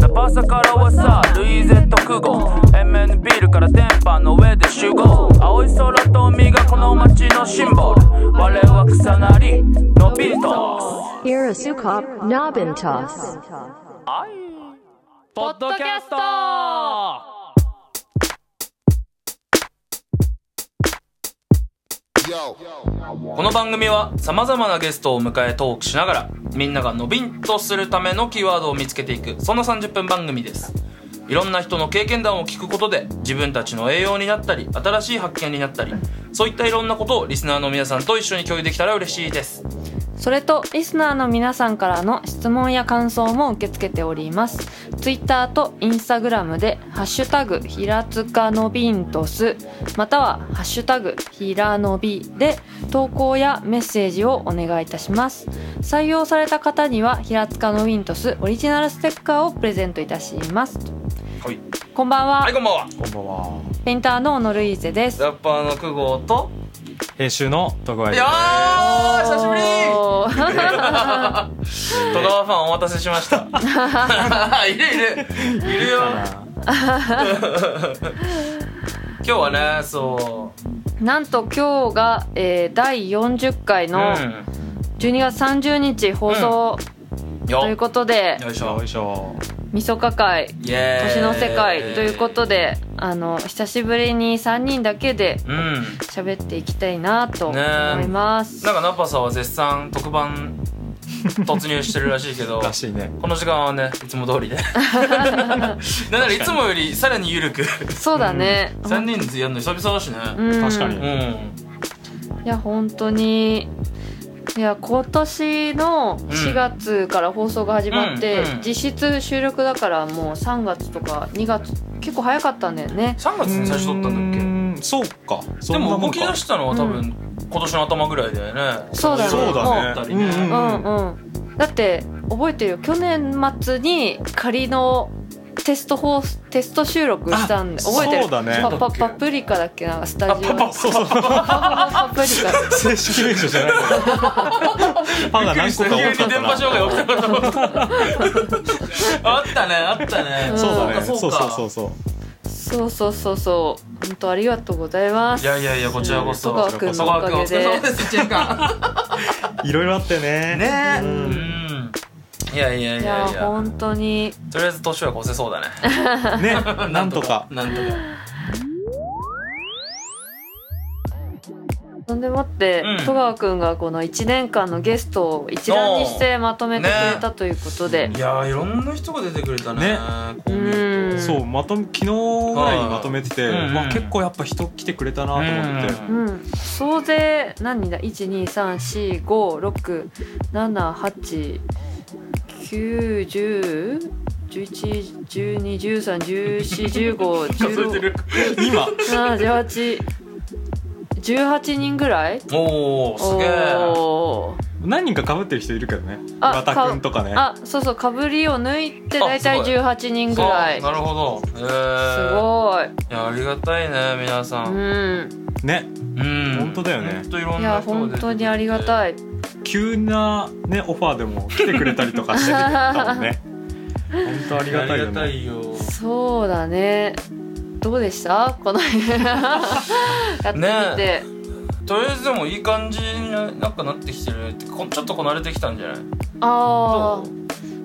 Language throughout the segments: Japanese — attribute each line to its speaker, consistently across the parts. Speaker 1: ナパサからはさルイゼット空港 MN ビールから電波の上で集合青い空と海がこの街のシンボル我は草なりのびりと
Speaker 2: Irisukop Nabintos.
Speaker 1: ポッドキャストこの番組はさまざまなゲストを迎えトークしながらみんながのびんとするためのキーワードを見つけていくそんな30分番組ですいろんな人の経験談を聞くことで自分たちの栄養になったり新しい発見になったりそういったいろんなことをリスナーの皆さんと一緒に共有できたら嬉しいです
Speaker 3: それとリスナーの皆さんからの質問や感想も受け付けておりますツイッターとインスタグラムで「ハッシュタグひらつかのびんとす」または「ハッシュタグひらのび」で投稿やメッセージをお願いいたします採用された方にはひらつかのびんとすオリジナルステッカーをプレゼントいたします
Speaker 1: はい、
Speaker 3: こんばんは、
Speaker 1: はい、こんばんは
Speaker 3: ペインターの小野ルイーゼです
Speaker 1: ラッパーの久保と
Speaker 4: 編集の徳川
Speaker 1: いやー久しぶり
Speaker 3: お ー
Speaker 1: 戸川ファンお待たせしました いるいるいるよ今日はねそ
Speaker 3: なんと今日が、えー第40回
Speaker 1: うう
Speaker 3: の12月30日放送
Speaker 1: よ
Speaker 3: ということで、
Speaker 1: よいしょ
Speaker 4: よいしょ
Speaker 3: みそか会
Speaker 1: イエーイ
Speaker 3: 年の世界ということで、あの久しぶりに3人だけで
Speaker 1: うん
Speaker 3: 喋っていきたいなと思
Speaker 1: ねえ
Speaker 3: います、
Speaker 1: なんかナパさんは絶賛特番突入してるらしいけ ど
Speaker 4: らしいね
Speaker 1: この時間はねいつも通りでなんならいつもよりさらに緩く
Speaker 3: そうだね、ほん
Speaker 1: 3人でやるの久々だしね
Speaker 3: うん
Speaker 4: 確かに
Speaker 1: うん、
Speaker 3: いや本当にいや今年の4月から放送が始まって、
Speaker 1: うんうん
Speaker 3: 実質収録だからもう3月とか2月結構早かったんだよね
Speaker 1: 3月に最初撮ったんだっけ
Speaker 4: だっけそうかそ
Speaker 1: で
Speaker 4: んな
Speaker 1: も
Speaker 4: も
Speaker 1: 動
Speaker 4: ん
Speaker 1: き
Speaker 4: か
Speaker 1: 出したのは多分今年の頭ぐらいだよね。
Speaker 3: そうだね
Speaker 4: そう
Speaker 1: あった
Speaker 4: だ
Speaker 1: り
Speaker 4: ね
Speaker 1: ね
Speaker 4: うんうんうん
Speaker 3: うんうん、だって覚えてるよ去年末に仮のテスト放テスト収録したんで
Speaker 4: あ
Speaker 3: 覚えてる
Speaker 4: そうだね
Speaker 3: パパパプリカだっけなんかスタジオ
Speaker 1: あパパ
Speaker 4: そうそう
Speaker 3: パパプリカ
Speaker 4: 正式名称じゃない からパンが何個か多
Speaker 1: 急
Speaker 4: か
Speaker 1: に
Speaker 4: っ
Speaker 1: 電
Speaker 4: た
Speaker 1: 波
Speaker 4: な
Speaker 1: 障害起きたからあったねあったね
Speaker 3: うん
Speaker 4: そうだね
Speaker 1: そ
Speaker 4: そうう
Speaker 1: か
Speaker 4: そ
Speaker 1: か
Speaker 4: うそうそう
Speaker 3: そうそうそうそう本当ありがとうございます
Speaker 1: いやいやいやこちらこそ
Speaker 3: 戸川君
Speaker 1: 曽
Speaker 3: のお
Speaker 1: 川君
Speaker 3: か
Speaker 1: お
Speaker 3: げ
Speaker 1: 疲れ様
Speaker 3: で
Speaker 1: です一年間
Speaker 4: いろいろあってね
Speaker 1: ねえ
Speaker 4: う
Speaker 1: うんんいやいやい
Speaker 3: い
Speaker 1: や
Speaker 3: や
Speaker 1: いや
Speaker 3: 本当に
Speaker 1: とりあえず年は越せそうだね
Speaker 4: ねなんとか
Speaker 1: なんとか
Speaker 3: そんでもって、
Speaker 1: うん
Speaker 3: 戸川君がこの1年間のゲストを一覧にしてまとめてくれたということで、
Speaker 1: いやいろんな人が出てくれたね
Speaker 4: ね
Speaker 1: こう見る
Speaker 3: うん
Speaker 4: そうまとめ昨日ぐらいにまとめてて
Speaker 1: はい
Speaker 4: まあ結構やっぱ人来てくれたなと思ってて
Speaker 1: と
Speaker 3: うん、総勢何人だ1234567891011121314
Speaker 1: 数えてる
Speaker 4: 今
Speaker 3: 18人ぐらい
Speaker 1: おおすげえ
Speaker 3: おー
Speaker 4: 何人か被ってる人いるけどね
Speaker 3: あ
Speaker 4: 岩田君とかね
Speaker 3: あそうそうかぶりを抜いて
Speaker 1: あ
Speaker 3: 大体
Speaker 1: すごい
Speaker 3: 18人ぐ
Speaker 1: そう
Speaker 3: ら
Speaker 1: ないる
Speaker 3: す
Speaker 1: ほどえー
Speaker 3: ごい
Speaker 1: いやありがたいね皆さん
Speaker 3: うん
Speaker 4: ね
Speaker 1: うん
Speaker 4: 本当だよね
Speaker 1: 本当いろ
Speaker 3: い
Speaker 1: ん
Speaker 3: や
Speaker 1: な人が出てくれて
Speaker 3: 本当にありがたい
Speaker 4: 急なねオファーでも来てくれたりとかしてたもんね本当ありがたいよね
Speaker 1: いよ
Speaker 3: そうだねどうでしたこのやってみて、
Speaker 1: とりあえずでもいい感じになんかなってきてるってこちょっとこなれてきたんじゃない
Speaker 3: あ
Speaker 1: ど
Speaker 3: あ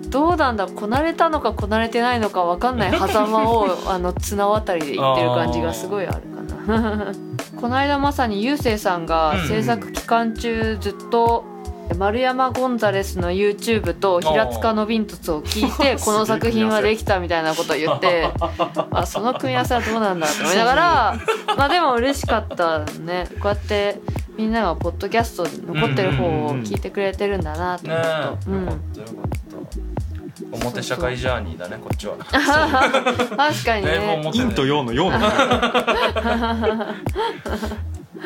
Speaker 3: どうなんだこなれたのかこなれてないのかわか んない狭間をあの綱渡りで行ってる感じがすごいあるかな この間まさにゆうせいさん
Speaker 1: うんう
Speaker 3: が
Speaker 1: ん
Speaker 3: 制作期間中ずっと丸山ゴンザレスの YouTube と平塚のビントツを聞い てこの作品はできたみたいなことを言ってあその組み合わせはどうなんだと思いなが らまあでも嬉しかったねこうやってみんながポッドキャストで残ってる方を聞いてくれてるんだなと
Speaker 1: ね
Speaker 3: 思う
Speaker 1: え、
Speaker 3: と。うん
Speaker 1: よかったよかった表社会ジャーニーだねこっちは
Speaker 3: 確かに
Speaker 1: だいぶ
Speaker 3: ね。
Speaker 1: 表
Speaker 4: 陰と陽の陽のね
Speaker 1: うん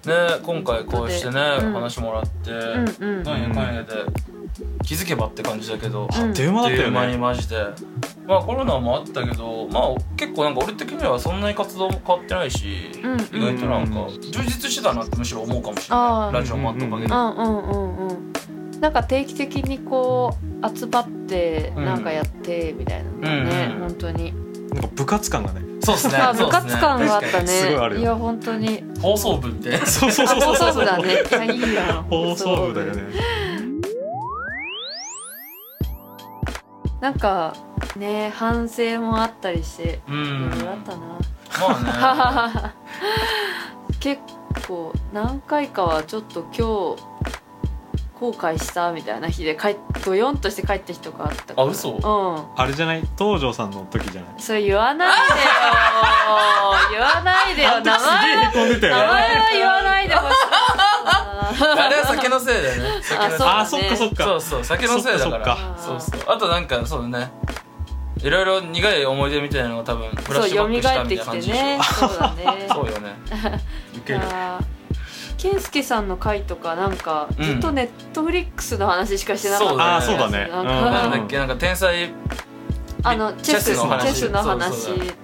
Speaker 1: ねえ今回こうしてね、
Speaker 3: うん
Speaker 1: お話もらって、
Speaker 3: うんうん。
Speaker 1: なんやかんやで気づけばって感じだけど、
Speaker 3: うん
Speaker 4: 電話
Speaker 1: あ
Speaker 4: だ
Speaker 1: っ
Speaker 4: っ
Speaker 1: と
Speaker 4: た
Speaker 1: いう
Speaker 4: よ
Speaker 1: 間に
Speaker 4: ね
Speaker 1: マジでまあコロナもあったけどまあ結構なんか俺的にはそんなに活動も変わってないし、
Speaker 3: うんうん
Speaker 1: 意外となんか充実してたなってむしろ思うかもしれ
Speaker 3: あ
Speaker 1: な
Speaker 3: あ
Speaker 1: いラジオもあったおかげで、
Speaker 3: うんうんうんうんなんか定期的にこう集まって
Speaker 1: うん
Speaker 3: なんかやってみたいなのがね、
Speaker 1: うんうん
Speaker 3: 本当に、
Speaker 4: なんか部活感がね
Speaker 1: そうですね
Speaker 3: あ
Speaker 1: そ
Speaker 3: 部
Speaker 1: うっすね
Speaker 3: 活感があったね
Speaker 4: すごいあるよ
Speaker 3: や本当に
Speaker 1: 放送部みたいな
Speaker 4: そうそうそう
Speaker 3: 放
Speaker 4: そう
Speaker 3: 送部だねいやいいな
Speaker 4: 放送部だよね
Speaker 3: なんかね反省もあったりして
Speaker 1: う
Speaker 3: いろ
Speaker 1: ん
Speaker 3: いろあったな、
Speaker 1: まあね
Speaker 3: 結構何回かはちょっと今日後悔したみたいな日で帰っドヨンとして帰った日とかあったから
Speaker 1: あ嘘
Speaker 3: う
Speaker 4: あれじゃない東條さんの時じゃない
Speaker 3: んそれ言わないでよ言わないでよ名前は
Speaker 4: へこんでた
Speaker 3: 名前
Speaker 4: よね
Speaker 3: は言わないでほしい
Speaker 1: あれは酒のせいだよ ね酒のせい
Speaker 3: あ
Speaker 4: あそっかそっ
Speaker 1: そ
Speaker 4: か
Speaker 1: うそう酒のせいだから
Speaker 4: そ
Speaker 1: そ
Speaker 3: っ
Speaker 1: う
Speaker 3: か
Speaker 1: そうあとなんかそうねいろいろ苦い思い出みたいなのが多分フラッ
Speaker 3: そう
Speaker 1: シュバ
Speaker 3: 蘇
Speaker 1: ックしたみ
Speaker 3: っ
Speaker 1: た
Speaker 3: て
Speaker 1: いな
Speaker 3: き
Speaker 1: 感
Speaker 3: て
Speaker 1: じでしょ
Speaker 3: ねそうだね
Speaker 1: そうよね
Speaker 4: 受ける
Speaker 3: あー健介さんの回とかなんかずっとネットフリックスの話しかしてなかった
Speaker 1: そう
Speaker 3: 気
Speaker 1: だね
Speaker 3: が
Speaker 4: ああ
Speaker 3: するなん
Speaker 4: そうだねうん
Speaker 1: なん
Speaker 3: か
Speaker 1: だっけなんか天才
Speaker 3: あのチェス
Speaker 1: チェスの話
Speaker 3: チェスの話
Speaker 1: そうそう
Speaker 3: とか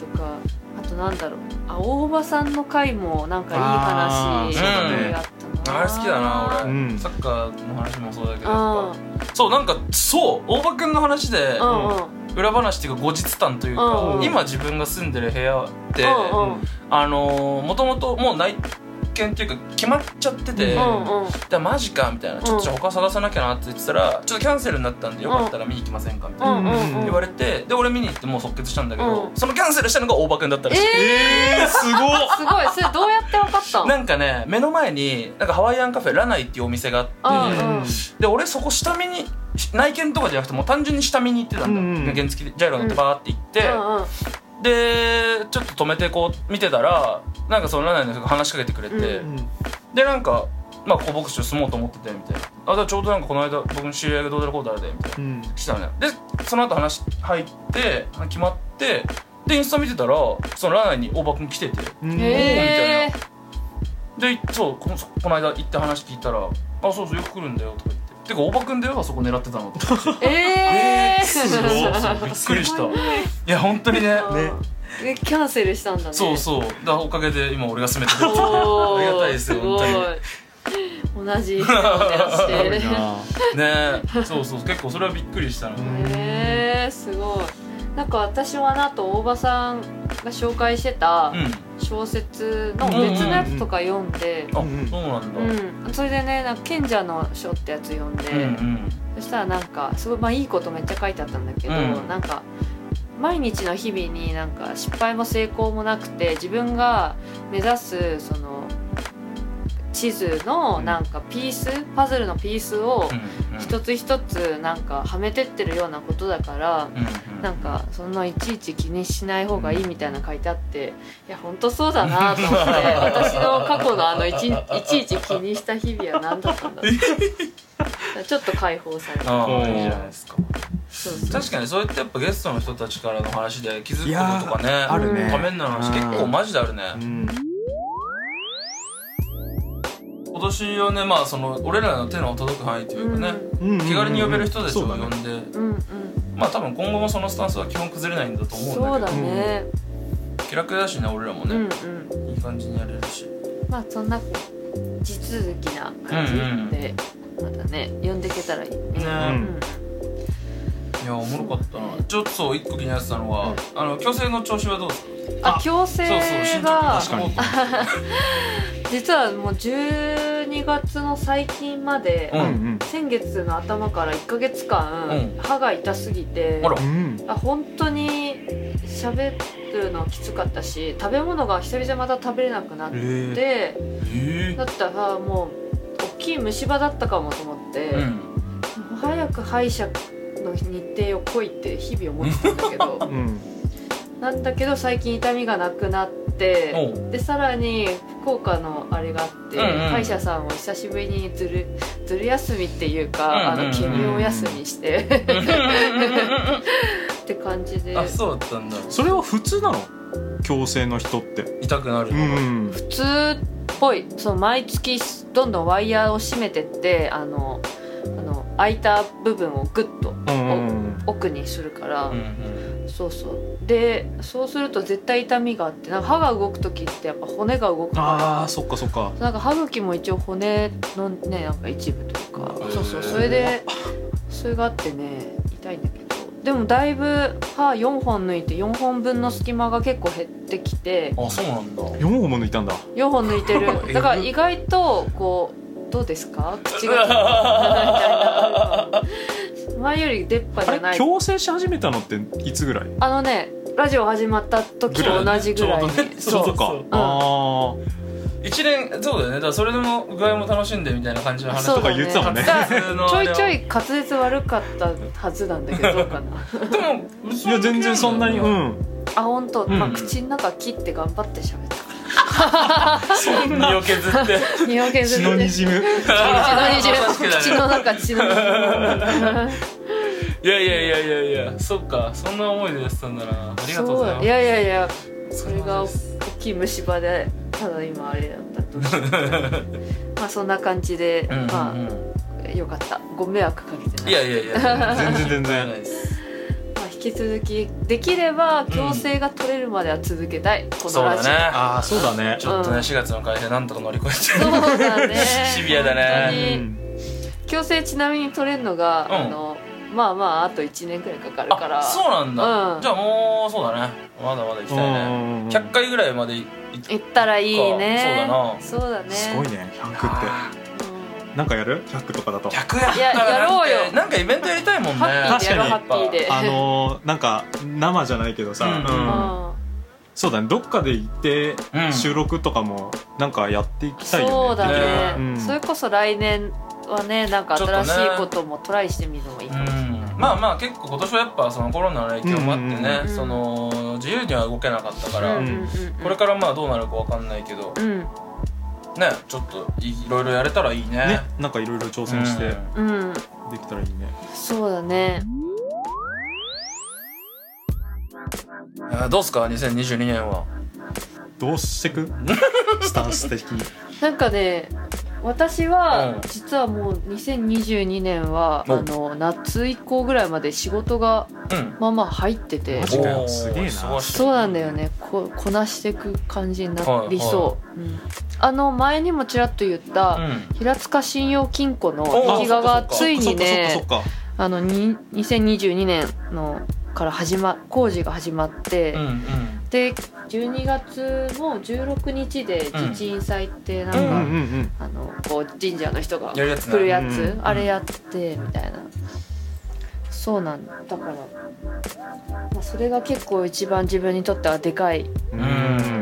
Speaker 3: あとなんだろうあ大場さんの回もなんかいい
Speaker 4: あ
Speaker 3: 話
Speaker 4: ーそう
Speaker 1: だね
Speaker 3: があったな
Speaker 1: あれ好きだな俺、
Speaker 4: うん
Speaker 1: サッカーの話もそうだけどや
Speaker 3: あ
Speaker 1: っぱそうなんかそう大場君の話で
Speaker 3: うんうん
Speaker 1: 裏話っていうか後日談というか
Speaker 3: うん
Speaker 1: 今自分が住んでる部屋って
Speaker 3: うんうん
Speaker 1: あのもともともう内見っていうか決まっちゃってて、
Speaker 4: う
Speaker 3: うんんうん
Speaker 1: だマジかみたいなちょっとじゃあ他探さなきゃなって言ってたらちょっとキャンセルになったんでよかったら見に行きませんかみたいな
Speaker 3: うんうんうん
Speaker 1: 言われてで俺見に行ってもう即決したんだけど、
Speaker 3: うん
Speaker 1: そのキャンセルしたのが大場君だったらしい、
Speaker 3: え
Speaker 4: えー、すごっ
Speaker 3: ー、すごいそれどうやって分かったの
Speaker 1: なんかね目の前になんかハワイアンカフェラナイっていうお店があって、
Speaker 3: うんうん
Speaker 1: で俺そこ下見に内見とかじゃなくてもう単純に下見に行ってたんだ、
Speaker 4: うんうん
Speaker 1: 原付でジャイロ乗ってバーって行って、
Speaker 3: うんうん
Speaker 1: でちょっと止めてこう見てたらなんかそのラナイの人が話しかけてくれて、
Speaker 3: う
Speaker 1: でなんかまあ小牧市を住もうと思っててみたいなあだからちょうどなんかこの間僕の知り合いがどうだろうこうだろうでみたいな
Speaker 4: うん
Speaker 1: したのねでその後話入って決まってでインスタ見てたらそのラナイに大場君来てて
Speaker 4: うん
Speaker 3: へえ
Speaker 1: でそうこのそこの間行って話聞いたら「あそうそうよく来るんだよ」とか言って「てか大場君だよあそこ狙ってたの」とか
Speaker 3: ー、えー、
Speaker 4: すごい
Speaker 1: びっくりしたいや本当にね
Speaker 4: ね
Speaker 3: えキャンセルしたんだね
Speaker 1: そうそうだからおかげで今俺が住めてる
Speaker 3: おー
Speaker 1: ありがたいですよ
Speaker 3: ごい同じ意見を出して
Speaker 1: ねそうそう結構それはびっくりしたな
Speaker 4: うん
Speaker 3: へえー、すごいなんか私はなと大場さんが紹介してた
Speaker 1: うん
Speaker 3: 小説の別のやつとか読んで、
Speaker 1: あ、
Speaker 4: うんうん
Speaker 1: そうなんだ
Speaker 3: うんそれでねなんか賢者の書ってやつ読んで、
Speaker 1: うん
Speaker 3: そしたらなんかすごい、まあ、いいことめっちゃ書いてあったんだけど、
Speaker 1: うん
Speaker 3: なんか毎日の日々になんか失敗も成功もなくて自分が目指すその地図のなんかピースパズルのピースを
Speaker 1: うんうん
Speaker 3: 一つ一つなんかはめてってるようなことだから
Speaker 1: うんうん
Speaker 3: なんかそんないちいち気にしない方がいいみたいなの書いてあっていや本当そうだなと思って私の過去のあのいちいちいち気にした日々は何だったん だろうだからちょっと解放された
Speaker 1: ああ
Speaker 4: うん
Speaker 1: いいじゃないですか
Speaker 3: そうそう
Speaker 1: 確かにそうやってやっぱゲストの人たちからの話で気づ
Speaker 4: いや
Speaker 1: くこととかね
Speaker 4: あるね
Speaker 1: ためになる話結構マジであるね
Speaker 4: うん
Speaker 1: 今年はねまあその俺らの手の届く範囲というかね、
Speaker 4: うん
Speaker 1: 気軽に呼べる人たちを
Speaker 4: そう
Speaker 1: 呼
Speaker 4: だね
Speaker 1: んで、
Speaker 3: うんうん
Speaker 1: まあ多分今後もそのスタンスは基本崩れないんだと思うんだ
Speaker 3: そう
Speaker 1: けど
Speaker 3: だね
Speaker 1: 気楽だしね俺らも
Speaker 3: う
Speaker 1: ね、
Speaker 3: んうん
Speaker 1: いい感じにやれるし
Speaker 3: まあそんな地続きな感じでまたね呼んでけたらいいね
Speaker 1: ね、
Speaker 3: うん
Speaker 1: いやおもろかったなちょっとそう一個気になってたのは、あの強制の調子はどうですか
Speaker 3: あ矯
Speaker 1: そうそう
Speaker 3: 正
Speaker 1: 進
Speaker 3: が
Speaker 1: 捗確か
Speaker 3: 実はもう12月の最近まで、
Speaker 1: うん
Speaker 3: 先月の頭から1ヶ月間、
Speaker 1: うん
Speaker 3: 歯が痛すぎて
Speaker 1: あら
Speaker 4: うん
Speaker 3: あ本当に喋るのきつかったし食べ物が久々また食べれなくなっ
Speaker 1: にえ
Speaker 3: て、
Speaker 1: え
Speaker 3: だったらもう大きい虫歯だったかもと思って、
Speaker 1: うん
Speaker 3: 早く歯医者の日程を来いって日々思ってたんだけ ど
Speaker 4: うん
Speaker 3: なんだけど最近痛みがなくなって。
Speaker 1: おう
Speaker 3: でさらに福岡のあれがあって、
Speaker 1: うんうん
Speaker 3: 歯医者さんを久しぶりにずるずる休みっていうか、
Speaker 1: うんうんうん
Speaker 3: あの勤務を休みして って感じで
Speaker 1: あそうだったんだ
Speaker 4: それは普通なの強制の人って
Speaker 1: 痛くなるのが
Speaker 4: ん
Speaker 3: 普通っぽいその毎月どんどんワイヤーを締めてってあのあの空いた部分をグッと
Speaker 4: うん
Speaker 3: 奥にするから、
Speaker 1: うん
Speaker 3: そうそうでそうすると絶対痛みがあってなんか歯が動く時ってやっぱ骨が動く
Speaker 4: あ
Speaker 3: か
Speaker 4: あそっかそっから
Speaker 3: なんか歯茎も一応骨のねなんか一部というかそうそうそれでそれがあってね痛いんだけどでもだいぶ歯4本抜いて4本分の隙間が結構減ってきて
Speaker 1: あそうなんだ
Speaker 4: 四本も抜いたんだ
Speaker 3: 4本抜い て
Speaker 1: えぐ
Speaker 3: るだから意外とこうどうですか 口がみたいな前より出っ歯じゃ
Speaker 4: あ
Speaker 3: な
Speaker 4: れ
Speaker 3: い
Speaker 4: 矯正し始めたのっていつぐらい
Speaker 3: あのねラジオ始まった時と同じぐらいに
Speaker 1: ぐらいねち
Speaker 4: そ
Speaker 1: ょ
Speaker 4: う
Speaker 1: うど
Speaker 4: そ
Speaker 1: ね
Speaker 4: う
Speaker 1: そ
Speaker 4: か
Speaker 1: うそう
Speaker 4: あ
Speaker 1: 一年そうだよねだからそれでも具合も楽しんでみたいな感じの話
Speaker 3: そう
Speaker 1: とか
Speaker 3: だ
Speaker 4: 言ってたもん ね
Speaker 3: だ
Speaker 1: 普通の
Speaker 3: ちょ
Speaker 1: あ
Speaker 3: い
Speaker 1: れを
Speaker 3: ちょい滑舌悪かったはずなんだけどど うかな
Speaker 1: でも
Speaker 4: あいや全然そんなにうん
Speaker 3: あ本当、まあ
Speaker 4: うん
Speaker 3: 口の中切って頑張って喋ったか
Speaker 1: 身を削って
Speaker 3: ら身を削
Speaker 4: 血
Speaker 3: っ
Speaker 4: の
Speaker 3: て
Speaker 4: にじむ
Speaker 3: 口の中血の滲む
Speaker 1: いやいやいやいやいやそっかそんな思い出やってたんだなありがとうございます
Speaker 3: そうやいやいや
Speaker 1: そ
Speaker 3: そうれ
Speaker 1: な
Speaker 3: が
Speaker 1: ん
Speaker 3: 大
Speaker 1: です
Speaker 3: きい虫歯でただ今あれだったとしてまあそんな感じで、
Speaker 1: うんうんうん
Speaker 3: まあよかったご迷惑かけてない
Speaker 1: いやいやいや
Speaker 4: 全然
Speaker 1: 問
Speaker 4: 全
Speaker 1: 題ない
Speaker 4: 然
Speaker 1: です
Speaker 3: まあ、引き続きできれば矯正が取れるまでは続けたい、こ
Speaker 1: そ
Speaker 3: の
Speaker 1: う
Speaker 3: ラジオ
Speaker 1: だね
Speaker 4: ああそうだね
Speaker 1: ちょっとね4月の会社なんとか乗り越えて
Speaker 3: そうだね
Speaker 1: シビアだね
Speaker 3: 本当に矯正ちなみに取れるのが、
Speaker 1: うん
Speaker 3: あのまあまああと1年くらいかかるか
Speaker 1: あ
Speaker 3: ら
Speaker 1: そうなんだ
Speaker 3: うん
Speaker 1: じゃあもうそうだねまだまだ行きたいね
Speaker 4: うん
Speaker 1: 100回ぐらいまでい
Speaker 3: 行ったらいいね
Speaker 1: あ
Speaker 3: そうだね
Speaker 4: すごいね100っ
Speaker 3: うん
Speaker 4: てなんかやる100とかだと
Speaker 1: 100やったら
Speaker 3: いややろうよ
Speaker 1: なんかイベントやりたいもんね
Speaker 3: ハッピーでやろうハ
Speaker 1: 確かに
Speaker 3: ッピーで
Speaker 4: あのーなんか生じゃないけどさ、
Speaker 1: うん
Speaker 4: うん
Speaker 3: うん
Speaker 4: そうだねどっかで行って
Speaker 1: うん
Speaker 4: 収録とかもなんかやっていきたいよね
Speaker 3: そうだ
Speaker 1: できれば
Speaker 3: ね、
Speaker 4: うん
Speaker 3: それこそ来年はねなんか新し
Speaker 1: ちょっとね
Speaker 3: いこともトライしてみるのもいいかもしれない、
Speaker 1: うんまあまあ結構今年はやっぱそのコロナの影響もあってね、
Speaker 3: うんうん
Speaker 1: その自由には動けなかったから、
Speaker 3: うんうん
Speaker 1: これからまあどうなるかわかんないけど
Speaker 3: うんうん
Speaker 1: ねちょっといろいろやれたらいいね
Speaker 4: ねなんかいろいろ挑戦して
Speaker 1: うん
Speaker 3: うん
Speaker 4: できたらいいね、
Speaker 3: そうだね
Speaker 1: あどうすか2022年は
Speaker 4: どうしてくスタンス的に
Speaker 3: なんかね私
Speaker 1: うん
Speaker 3: は実はもう2022年は、
Speaker 1: お
Speaker 3: あの夏以降ぐらいまで仕事が
Speaker 1: うん
Speaker 3: まあまあ入ってて
Speaker 4: マジかよ
Speaker 1: おー
Speaker 4: すげえな
Speaker 1: 忙しい
Speaker 3: そうなんだよねここなしていく感じに
Speaker 1: はい
Speaker 3: な
Speaker 1: はい
Speaker 3: りそう、うんあの前にもちらっと言った、
Speaker 1: うん
Speaker 3: 平塚信用金庫の
Speaker 1: お
Speaker 3: 壁
Speaker 1: そっかそ
Speaker 3: 画
Speaker 1: っ
Speaker 3: が
Speaker 1: か
Speaker 3: ついにね
Speaker 4: そっかそっか
Speaker 3: あのに2022年のから始ま工事が始まって、
Speaker 1: うんうん
Speaker 3: で12月の16日で
Speaker 1: うん
Speaker 3: 地鎮祭ってなん
Speaker 4: そっか
Speaker 3: か、
Speaker 4: うんうんうん
Speaker 3: あのこう神社の人が
Speaker 1: やるやつね
Speaker 3: 来るやつ
Speaker 4: うん
Speaker 3: あれやってみたいな、そうなんだだから、まあ、それが結構一番自分にとってはでかい
Speaker 4: うんん
Speaker 3: な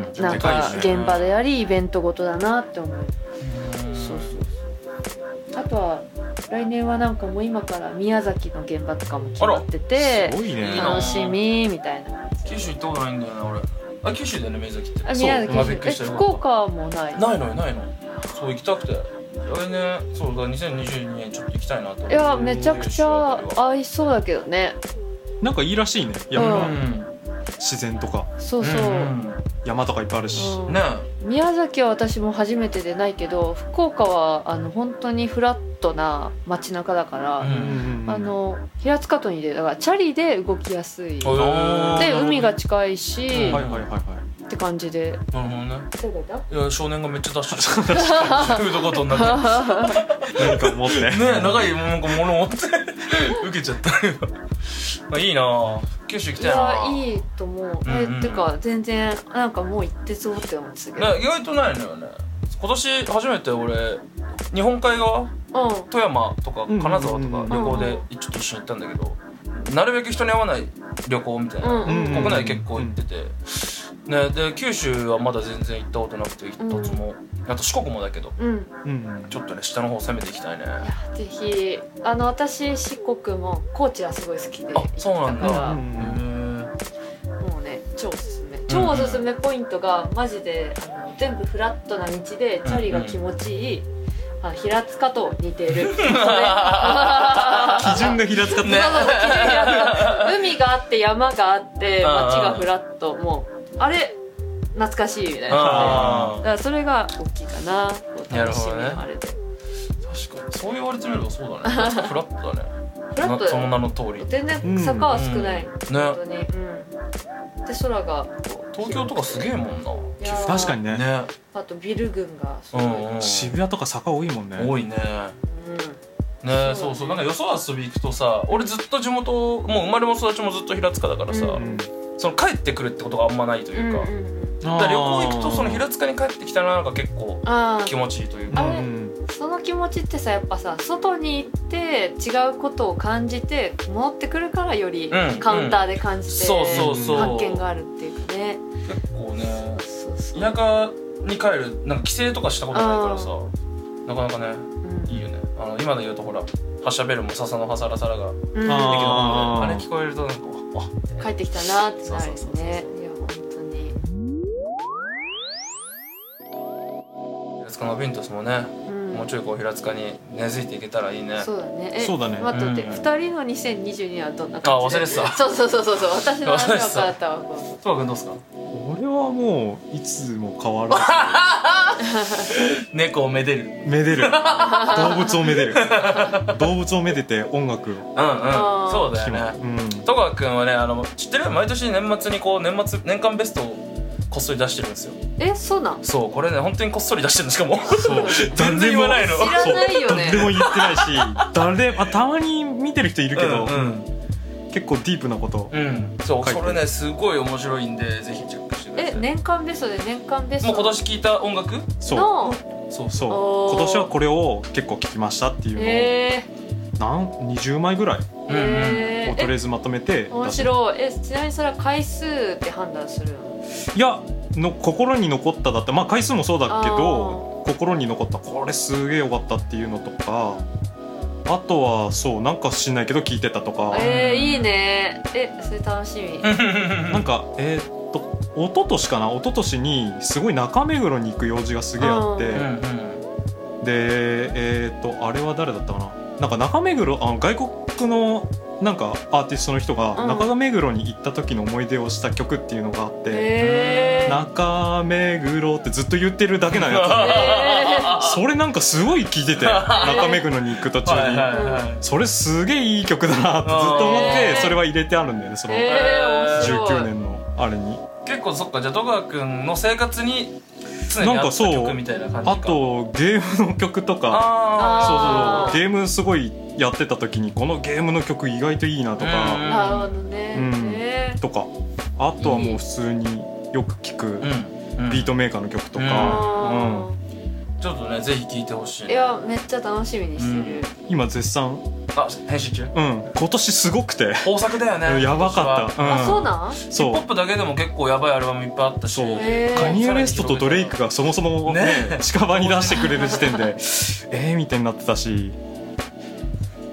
Speaker 3: ん
Speaker 4: でかい
Speaker 3: か
Speaker 4: ですね
Speaker 3: 現場でありイベントごとだなって思う
Speaker 1: うん
Speaker 3: そうそうそうあとは来年はなんかもう今から宮崎の現場とかも決まってて
Speaker 4: すごいね
Speaker 1: いいな
Speaker 3: 楽しみみたいな
Speaker 1: 九州行ったことないんだよな俺あ九州だよね宮崎って
Speaker 3: あ
Speaker 1: そう
Speaker 3: 宮
Speaker 1: まあ
Speaker 3: 崎
Speaker 1: びっく
Speaker 3: え
Speaker 1: りしたよ
Speaker 3: 福岡もない
Speaker 1: ないのよないのそう行きたくて来年そうだ2022年ちょっと行きたいなと思って
Speaker 3: いやめちゃくちゃ
Speaker 1: 九州あ
Speaker 3: 合いそうだけどね
Speaker 4: なんかいいらしいねや
Speaker 1: たり
Speaker 4: っぱ
Speaker 1: は
Speaker 4: 自然とか
Speaker 3: そうそう、
Speaker 1: う
Speaker 4: 山とかいっぱいあるし、
Speaker 3: うん
Speaker 1: んね
Speaker 3: 宮崎は私も初めてでないけど福岡はあの本当にフラットな街中だから、
Speaker 1: うん
Speaker 4: うん
Speaker 3: あの平塚とにでだからチャリで動きやす
Speaker 1: お
Speaker 3: いで
Speaker 1: い
Speaker 4: あーなるほど
Speaker 3: 海が近いし、
Speaker 1: うん
Speaker 4: はいはいはいはい
Speaker 3: って感じで
Speaker 1: なるほどねいや少年がめっちゃダッシュしてるフードコートにな って
Speaker 4: 何か持ってね
Speaker 1: ね長いなんか物持って受けちゃったよまあいいなあ九州行き
Speaker 3: い
Speaker 1: たいな
Speaker 3: や
Speaker 1: あ
Speaker 3: いいと思う、
Speaker 1: うんうん
Speaker 3: えてか全然なんかもう行ってそうって思ってたけど、
Speaker 1: ね意外とないのよね今年初めて俺日本海側
Speaker 3: う
Speaker 1: 富山とか金沢とか旅行でちょっと一緒に行ったんだけどなるべく人に会わない旅行みたいな、
Speaker 3: うんうんうん
Speaker 1: 国内結構行ってて、ね、で九州はまだ全然行ったことなくて一つも、あと四国もだけど
Speaker 3: んうん
Speaker 4: うん
Speaker 1: ちょっとね下の方攻めていきたいね
Speaker 3: ぜひあの私四国も高知はすごい好きで
Speaker 1: あそうなんだ
Speaker 3: 行ったから
Speaker 4: うん
Speaker 3: もうね超おすすめ超おすすめポイントがマジであの全部フラットな道でチャリが気持ちいい、あ平塚と似 てるそれ
Speaker 4: 基準が
Speaker 1: ね
Speaker 4: 平塚って
Speaker 3: そうそうそう基準が海があって山があって
Speaker 1: うんうん
Speaker 3: 街がフラットもうあれ懐かしいみたいなだ
Speaker 1: あ
Speaker 3: からそれが大きいかなこう楽しみのあれで、
Speaker 1: ー確かにそう言われてみればそうだねフラットだね
Speaker 3: なんと
Speaker 1: なその名の通り
Speaker 3: 全然坂は少ない、
Speaker 1: ね
Speaker 3: 本当に、うん、で空がこう
Speaker 1: 東京とかすげえもん
Speaker 3: いやー
Speaker 4: 確かにね
Speaker 1: なね
Speaker 3: あとビル群がす
Speaker 1: う
Speaker 3: ごい、うん
Speaker 1: んうん
Speaker 4: 渋谷とか坂多いもんね
Speaker 1: 多いねね
Speaker 3: そ
Speaker 1: そ
Speaker 3: うだね
Speaker 1: うそうなんかよそ遊び行くとさ俺ずっと地元もう生まれも育ちもずっと平塚だからさ、
Speaker 3: う
Speaker 4: うん
Speaker 1: その帰ってくるってことがあんまないというか,、
Speaker 3: うんうんうん
Speaker 1: だから旅行行くとその平塚に帰ってきたななんか結構
Speaker 3: あー
Speaker 1: 気持ちいいという
Speaker 3: あ
Speaker 1: か
Speaker 3: れ
Speaker 4: うん
Speaker 3: その気持ちってさやっぱさ外に行って違うことを感じて戻ってくるからより
Speaker 1: うん
Speaker 3: カウンターで感じて
Speaker 1: そうそうそう
Speaker 3: 発見があるっていうかね
Speaker 1: 結構ね
Speaker 3: そうそう
Speaker 1: 田舎に帰るなんか帰省とかしたことないからさなかなかね
Speaker 3: うん
Speaker 1: いいよねあの今で言うとほら「はしゃべるも笹の葉サラサラ」ができ
Speaker 3: うん
Speaker 1: る
Speaker 4: あ
Speaker 1: の
Speaker 4: ー
Speaker 1: であれ聞こえるとなんかあ
Speaker 3: 帰ってきたなってなるよ
Speaker 1: そうそうそうそう
Speaker 3: ねいや本当に
Speaker 1: 平塚のビントスもね
Speaker 3: うん
Speaker 1: もうちょいこう平塚に根付いていけたらいいね
Speaker 3: そうだねえ
Speaker 4: そうだね
Speaker 3: 待って待って
Speaker 1: うん
Speaker 3: 二人の2022はどんな感じ
Speaker 1: あ忘れてた
Speaker 3: そうそうそうそうそう私の話
Speaker 1: 忘れ
Speaker 3: は
Speaker 1: てた
Speaker 3: 変わったわこ
Speaker 1: トワ君どうすか
Speaker 4: 俺はもういつも変わら
Speaker 1: 猫をめでる
Speaker 4: ずめでる動物をめでる動物をめでて音楽
Speaker 1: う
Speaker 4: を
Speaker 1: んうん
Speaker 3: あー
Speaker 1: そうだ
Speaker 4: 聴きま
Speaker 1: よ
Speaker 4: す
Speaker 1: ね
Speaker 4: うん
Speaker 1: 戸川君はねあの知ってる毎年年末にこう年末年間ベストをこっそり出してるんですよ
Speaker 3: うえそうなん
Speaker 1: そうこれね本当にこっそり出してるんですしかも
Speaker 4: そう
Speaker 1: 全然言わないの
Speaker 3: 知らないよね
Speaker 4: 誰も言ってないし 誰、まあ、たまに見てる人いるけど、
Speaker 1: うん
Speaker 4: 結構ディープなこと
Speaker 1: うん、うんそう
Speaker 4: 書い
Speaker 1: そ
Speaker 4: てる
Speaker 1: れねすごい面白いんでぜひチェックしてくだ
Speaker 3: え
Speaker 1: さい
Speaker 3: 年間ベストで年間ベスト
Speaker 1: もう今年聴いた音楽
Speaker 4: そう
Speaker 3: の
Speaker 1: そうそう
Speaker 4: そ
Speaker 3: おー
Speaker 4: う今年はこれを結構聞きましたっていうのを、
Speaker 3: えー
Speaker 4: なん20枚ぐらい
Speaker 1: うんうん
Speaker 3: へ
Speaker 4: を
Speaker 3: ー
Speaker 4: とりあえずまとめて出し
Speaker 3: 面白いえちなみにそれは回数って判断するの
Speaker 4: いやの心に残っただってまあ回数もそうだけ
Speaker 3: あ
Speaker 4: ど心に残ったこれすげえよかったっていうのとかあとはそうなんか知んないけど聞いてたとか、
Speaker 3: えー、いいねえそれ楽しみ
Speaker 4: なんかえーっと一昨年かな一昨年にすごい中目黒に行く用事がすげえあって、
Speaker 1: うんうん
Speaker 4: でえーっとあれは誰だったかななんか中目黒あの外国のなんかアーティストの人
Speaker 3: うん
Speaker 4: が中目黒に行った時の思い出をした曲っていうのがあって
Speaker 3: えー、
Speaker 4: 「中目黒」ってずっと言ってるだけなやつ
Speaker 3: えー
Speaker 4: それなんかすごい聞いてて中目黒に行く途中
Speaker 1: はい
Speaker 4: に、
Speaker 1: はいはい
Speaker 4: それすげえいい曲だなってずっと思っ
Speaker 3: え
Speaker 4: て
Speaker 3: ー
Speaker 4: それは入れてあるんだよね その
Speaker 3: えー、面白い
Speaker 4: 19年のあれに
Speaker 1: 結構そっかじゃあ戸川君の生活に常に
Speaker 4: なん
Speaker 1: あ
Speaker 4: か
Speaker 1: った
Speaker 4: そう
Speaker 1: 曲みたいな感じか
Speaker 4: あとゲームの曲とか
Speaker 1: あ
Speaker 4: そう
Speaker 3: あー
Speaker 4: そうそうゲームすごいやってた時にこのゲームの曲意外といいなと
Speaker 1: うん
Speaker 4: か
Speaker 3: なるほどね、
Speaker 4: うん
Speaker 3: え
Speaker 4: とかあとはもう普通によく聞く
Speaker 1: ーうんうん
Speaker 4: ビートメーカーの曲と
Speaker 3: ー
Speaker 4: か、
Speaker 3: あ
Speaker 1: ちょっとねぜひ聴いてほしい
Speaker 3: ーいやめっちゃ楽しみにしてる、
Speaker 4: うん今絶賛
Speaker 1: あ編集中
Speaker 4: うん今年すごくて
Speaker 1: 豊作だよね
Speaker 4: やばかった、うん、
Speaker 3: あそうなん
Speaker 1: ヒップ
Speaker 4: そ
Speaker 1: ホ
Speaker 4: う
Speaker 1: ップだけでも結構やばいアルバムいっぱいあったし
Speaker 4: そう
Speaker 3: えー
Speaker 4: カニエ・ウエストとドレイクがそもそも、ね
Speaker 1: ね
Speaker 4: 近場に出してくれる時点で ええみたいになってたし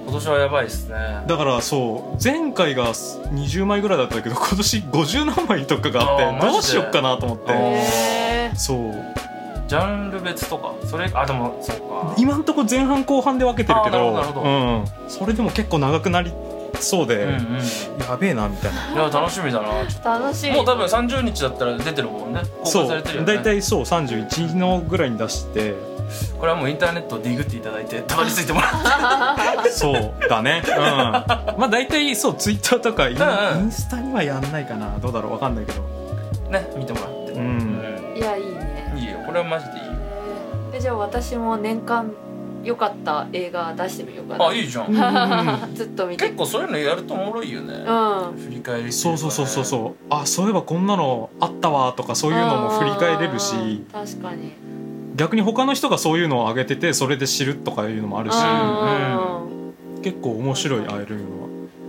Speaker 1: 今年はやばいっすね
Speaker 4: だからそう前回が20枚ぐらいだったけど今年50何枚とかがあ
Speaker 1: あーマ
Speaker 4: っ
Speaker 1: ジ
Speaker 4: て
Speaker 1: で
Speaker 4: どうしよっかなと思っ
Speaker 1: あ
Speaker 4: て
Speaker 3: え
Speaker 4: そう
Speaker 1: ジャンル別とかそれあでもそうか
Speaker 4: 今んとこ前半後半で分けてるけど
Speaker 1: あーなるほど
Speaker 4: うん、それでも結構長くなりそうで、
Speaker 1: うんうんい
Speaker 4: やべえなみたいな
Speaker 1: や楽しみだなちょっ
Speaker 3: ー、楽し
Speaker 1: と
Speaker 3: み
Speaker 1: もう多分30日だったら出てるもんね公
Speaker 4: そ
Speaker 1: 開されてるよ
Speaker 4: う
Speaker 1: ね
Speaker 4: 大体そう31のぐらいに出して
Speaker 1: これはもうインターネットをディグっていただいてたどり着いてもらって
Speaker 4: そうだね、うん、まあ大体そうツイッターとかイン,、
Speaker 1: うんうん
Speaker 4: インスタにはやんないかなどうだろうわかんないけど
Speaker 1: ね見てもらって
Speaker 4: うん
Speaker 3: いやいいね
Speaker 1: うんいいよこれはマジでいいよ
Speaker 3: えーじゃあ私も年間良かった映画出してみようかな
Speaker 1: あいいじゃん
Speaker 4: う ん
Speaker 3: ずっと見て
Speaker 1: 結構そういうのやるとおもろいよね
Speaker 3: うん
Speaker 1: 振り返りっていかね
Speaker 4: そうそうそうそうそうあそういえばこんなのあったわとかそういうのも振り返れるし
Speaker 3: あー確かに
Speaker 4: 逆に他の人がそういうのを上げててそれで知るとかいうのもあるし
Speaker 3: あ
Speaker 4: 結構面白いああいうのは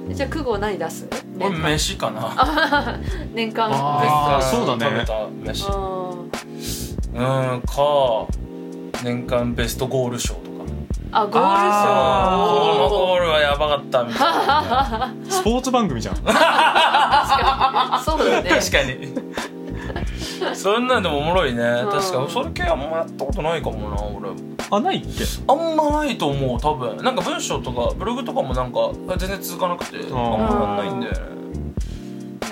Speaker 3: ーじゃあ久保何出す
Speaker 1: これ
Speaker 3: 年間
Speaker 1: 飯かな
Speaker 3: 年間
Speaker 1: 年
Speaker 4: あー
Speaker 1: 間
Speaker 4: そうだ
Speaker 1: 食
Speaker 4: ね
Speaker 1: べた飯
Speaker 3: うん
Speaker 1: うーんか年間ベストゴール賞とか
Speaker 3: あゴー
Speaker 1: この
Speaker 3: ル賞
Speaker 1: ゴールはやばかったみた いな
Speaker 4: スポーツ番組じゃん
Speaker 3: そうだね
Speaker 1: 確かに そんなんでもおもろいね
Speaker 3: ん
Speaker 1: 確かにそれ系あんまやったことないかもな俺
Speaker 4: あないっけ
Speaker 1: あんまないと思う多分なんか文章とかブログとかもなんか全然続かなくてあんまやんないんだよね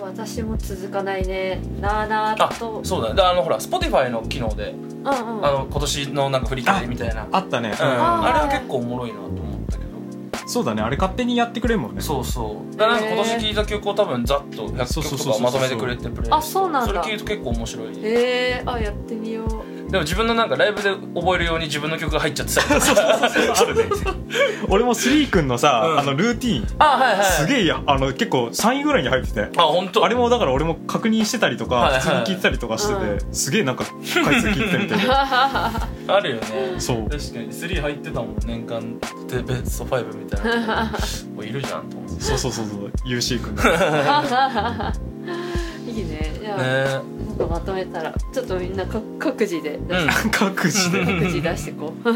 Speaker 3: 私も続かないねなあなあ
Speaker 1: あ
Speaker 3: と
Speaker 1: そうだねであのほら Spotify の機能で
Speaker 3: うんうん
Speaker 1: あの今年のなんか振り返りみたいな、うん、
Speaker 4: あったね、
Speaker 1: あれ
Speaker 3: あ
Speaker 1: は結構おもろいなと思ったけど
Speaker 4: そうだねあれ勝手にやってくれるもんね
Speaker 1: そうそうだからなんか今年聴いた曲を多分ざっと100曲とかまとめてくれてプレイ
Speaker 3: あそうなん
Speaker 1: それ
Speaker 3: だ
Speaker 1: 聞いると結構面白いで
Speaker 3: えー、あやってみよ う
Speaker 1: も自分のなんかライブで覚えるように自分の曲が入っちゃってたりとか
Speaker 4: あるね俺もスリー君のさ、
Speaker 1: うん
Speaker 4: あのルーティーン
Speaker 1: あはいはい
Speaker 4: す
Speaker 1: え
Speaker 4: げえやあの結構3位ぐらいに入ってて
Speaker 1: あ本当
Speaker 4: あれもだから俺も確認してたりとか、
Speaker 1: はいはい
Speaker 4: 普通に聞いてたりとかしてて、
Speaker 3: う
Speaker 4: すげえなんか回数聞いてみたい な
Speaker 1: あるよね
Speaker 4: そう
Speaker 1: 確かに3入ってたもん年間でベスト5みたいなもういるじゃんと思ってね
Speaker 4: そうそうそうそう UC 君が
Speaker 3: いいねじゃあ、
Speaker 1: え
Speaker 3: なんかまとめたらちょっとみんなか各自で
Speaker 1: うん
Speaker 4: 各自で
Speaker 3: 各自出してこう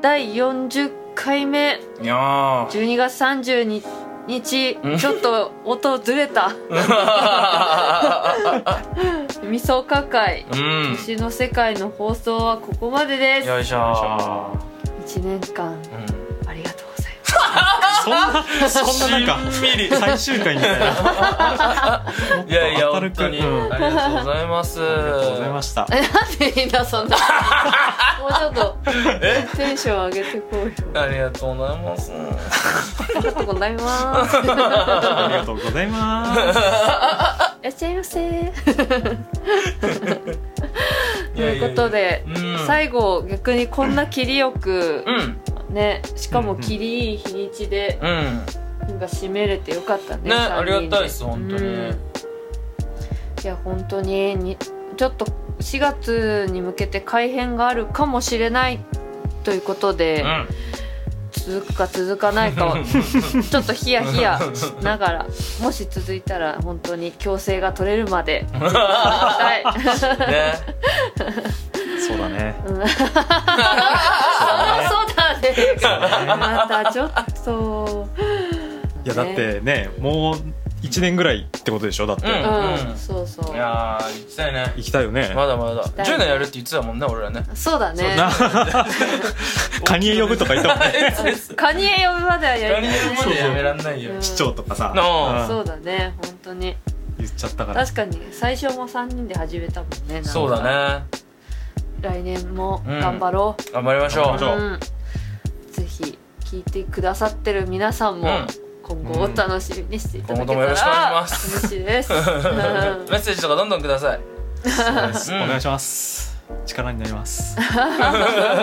Speaker 3: 第40回目
Speaker 1: いやー
Speaker 3: 12月30日
Speaker 1: うん
Speaker 3: ちょっと音ずれたみそか会
Speaker 1: う
Speaker 3: 虫の世界の放送はここまでで
Speaker 1: ん
Speaker 3: す
Speaker 1: よいしょー
Speaker 3: 1年間ありがとうございます
Speaker 4: そんなそんななんか
Speaker 1: しんみり
Speaker 4: 最終回みたいな
Speaker 1: いやいや
Speaker 4: 明
Speaker 1: 本
Speaker 4: るく
Speaker 1: 当に
Speaker 4: うん
Speaker 1: ありがとうございます
Speaker 4: ありがとうござい ました
Speaker 3: えなんでみんなそんなもうちょっとテンション上げてこうよ
Speaker 1: ありがとうございます
Speaker 3: ありがとうございま すい
Speaker 4: ありがとうございます
Speaker 3: らっしゃいませ
Speaker 1: い
Speaker 3: と
Speaker 1: や
Speaker 3: い
Speaker 1: いうや
Speaker 3: こ
Speaker 1: い
Speaker 3: と
Speaker 1: や
Speaker 3: で
Speaker 1: うん
Speaker 3: 最後逆にこんな切りよく
Speaker 1: うん
Speaker 3: ねしかも切りいい日にちで
Speaker 1: うん
Speaker 3: なんか締めれてよかったね
Speaker 1: ね
Speaker 3: 三人
Speaker 1: ありがたいです本当に
Speaker 3: うんいや本当ににちょっと4月に向けて改変があるかもしれないということで、
Speaker 1: うん
Speaker 3: 続くか続かないかをちょっとヒヤヒヤしながらもし続いたら本当に強制が取れるまではい
Speaker 1: ね
Speaker 4: そうだね
Speaker 3: あ そうだねまたちょっと
Speaker 4: いやだってねもう1年ぐらいってことでしょだって、
Speaker 1: うん
Speaker 3: うんそうそう
Speaker 1: いやー行きたいね
Speaker 4: 行きたいよね、
Speaker 1: まだまだ
Speaker 3: たい
Speaker 1: 10年やるって言ってたもんね俺らね
Speaker 3: そうだね
Speaker 4: なカニエ呼ぶとか言ったもんね
Speaker 3: カニエ呼ぶまではや
Speaker 1: 何
Speaker 3: り
Speaker 1: 年ま
Speaker 3: たいね
Speaker 1: でやめらんないよ
Speaker 3: うん
Speaker 4: 市長と かさ、
Speaker 1: なあ
Speaker 4: うん
Speaker 3: そうだね本当に
Speaker 4: 言っちゃったから
Speaker 3: 確かに最初も3人で始めたもんねなんか
Speaker 1: そうだね
Speaker 3: 来年も頑張ろ
Speaker 1: 頑張りましょ
Speaker 4: 頑張りま
Speaker 1: う
Speaker 4: し
Speaker 3: う、う
Speaker 4: ょうん
Speaker 3: ぜひ聞いてくださってる皆さんも
Speaker 1: うん
Speaker 3: 今後お楽しみにしていただ
Speaker 1: 今
Speaker 3: け
Speaker 1: 後ともよろしく
Speaker 3: た
Speaker 1: お
Speaker 3: ら
Speaker 1: 願いしま
Speaker 3: 嬉
Speaker 1: す
Speaker 3: しいで す
Speaker 1: メッセージとかどんどんください
Speaker 4: そうです、
Speaker 1: うん
Speaker 4: お願いします力になります
Speaker 3: う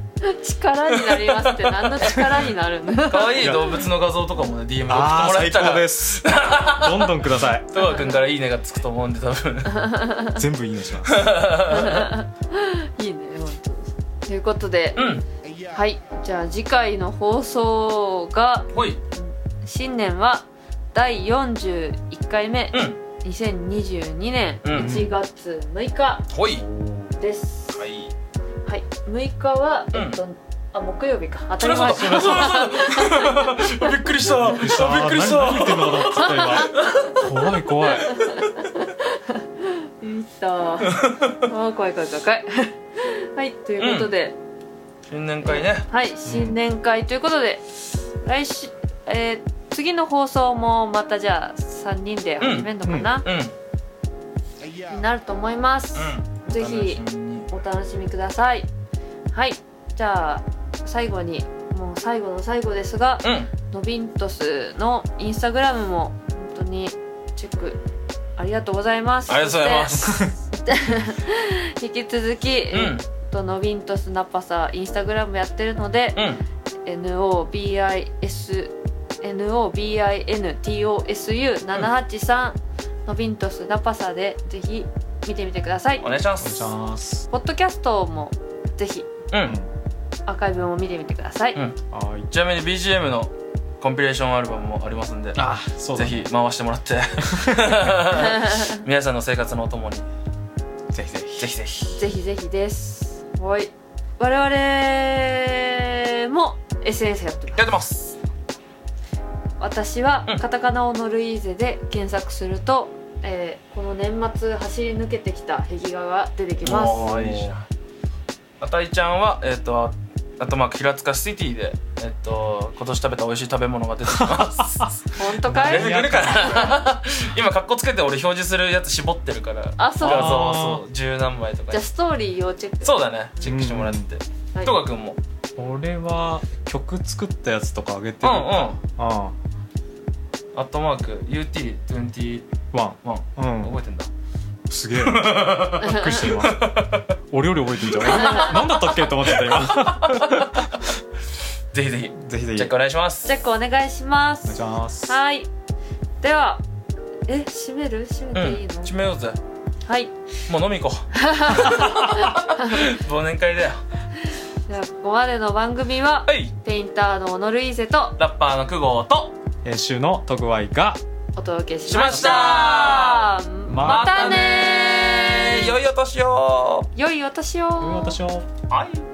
Speaker 3: ん力になりますって何の力にな るのは
Speaker 1: 可愛い動物の画像とかもね DM で送っても
Speaker 4: ああ
Speaker 1: らえ
Speaker 4: 最
Speaker 1: た
Speaker 4: 高
Speaker 1: ら
Speaker 4: ですどんどんください
Speaker 1: 戸川君からいいねがつくと思うんで多分
Speaker 4: 全部いいねします
Speaker 3: いいね本当にということで、
Speaker 1: うん
Speaker 3: はいじゃあ次回の放送が
Speaker 1: ほい
Speaker 3: 新年は第41回目、
Speaker 1: うん
Speaker 3: 2022年
Speaker 1: うん
Speaker 3: 1月6日
Speaker 1: ほい
Speaker 3: です、
Speaker 1: はい
Speaker 3: はい、6日は、
Speaker 1: うん
Speaker 3: えっと、あ、木曜日か。当た
Speaker 1: そり
Speaker 3: り
Speaker 1: ゃそう
Speaker 3: 前
Speaker 1: だそりゃそうだびっくりしたびっくりしたびっくりし
Speaker 4: あー何何言ったてんのかと思った今怖い怖い
Speaker 3: 見た。あー、怖い怖い怖い怖い。 はい、ということで、
Speaker 1: 新年会ね
Speaker 3: はい、新年会ということで、来週、えー次の放送もまたじゃあ3人で始めるのかな、
Speaker 1: うん
Speaker 3: になると思います、
Speaker 1: うん
Speaker 3: ぜひ
Speaker 1: お楽しみに
Speaker 3: お楽しみくださいはいじゃあ最後にもう最後の最後ですが
Speaker 1: うん
Speaker 3: ノビントスのインスタグラムも本当にチェックありがとうございます
Speaker 1: ありがとうございます
Speaker 3: 引き続き、
Speaker 1: う
Speaker 3: えっ
Speaker 1: ん
Speaker 3: とノビントスナパサインスタグラムやってるので、
Speaker 1: うん
Speaker 3: NOBIS NOBINTOSU783、ノビントスナパサでぜひ見てみてください
Speaker 1: お願いしま
Speaker 4: お願いし
Speaker 1: す
Speaker 4: ます
Speaker 3: ポッドキャストもぜひ
Speaker 1: うん
Speaker 3: アーカイブも見てみてください、
Speaker 1: うん
Speaker 4: はい
Speaker 1: ちなみに BGM のコンピレーションアルバムもありますんで
Speaker 4: あそうだ
Speaker 1: ぜひ回してもらって 皆さんの生活のお供にぜひぜひぜひぜひ
Speaker 3: ぜひぜひですはい我々も SNS やってます
Speaker 1: やってます
Speaker 3: 私は
Speaker 1: うん
Speaker 3: カタカナをノルイーゼで検索すると、えーこの年末走り抜けてきた壁画が出てきます
Speaker 1: おーいいじゃんあたいちゃんはえっ、とあとまあ平塚シティで、えっと、今年食べた美味しい食べ物が出てきます。
Speaker 3: 本当
Speaker 1: 出
Speaker 3: か
Speaker 1: て
Speaker 3: い
Speaker 1: くるかな今カッコつけて俺表示するやつ絞ってるから
Speaker 3: あそう
Speaker 1: 画像をそう十何枚とか
Speaker 3: じゃあストーリー要チェック
Speaker 1: そうだねチェックしてもらって
Speaker 3: はい
Speaker 1: とかくんも
Speaker 4: 俺は曲作ったやつとかあげて
Speaker 1: うん
Speaker 4: る
Speaker 1: うん
Speaker 4: ああ
Speaker 1: アットマーク UT21
Speaker 4: ワ
Speaker 1: 覚
Speaker 4: ンうん
Speaker 1: えてんだ
Speaker 4: すげえびっくりして 今俺より覚えてんじゃん俺何だったっけと思ってた 今
Speaker 1: ぜひぜひ
Speaker 4: ぜひぜひ
Speaker 1: チェックお願いします
Speaker 3: チェックお願いしま
Speaker 4: お願い
Speaker 3: す
Speaker 4: します
Speaker 3: はいではえ閉める閉めていいの、
Speaker 1: うん、決めようぜ
Speaker 3: はい
Speaker 1: もう飲み行こう忘年会だよ
Speaker 3: ではここまでの番組は、
Speaker 1: はい
Speaker 3: ペインターのオノルイーゼと
Speaker 1: ラッパーの久保と
Speaker 4: 編集の徳ワイが
Speaker 3: お届けし
Speaker 1: し
Speaker 3: ま
Speaker 1: ま
Speaker 3: し
Speaker 1: したた
Speaker 3: またね
Speaker 1: 良いお年を
Speaker 3: 良いお年を
Speaker 4: これ私を
Speaker 1: はい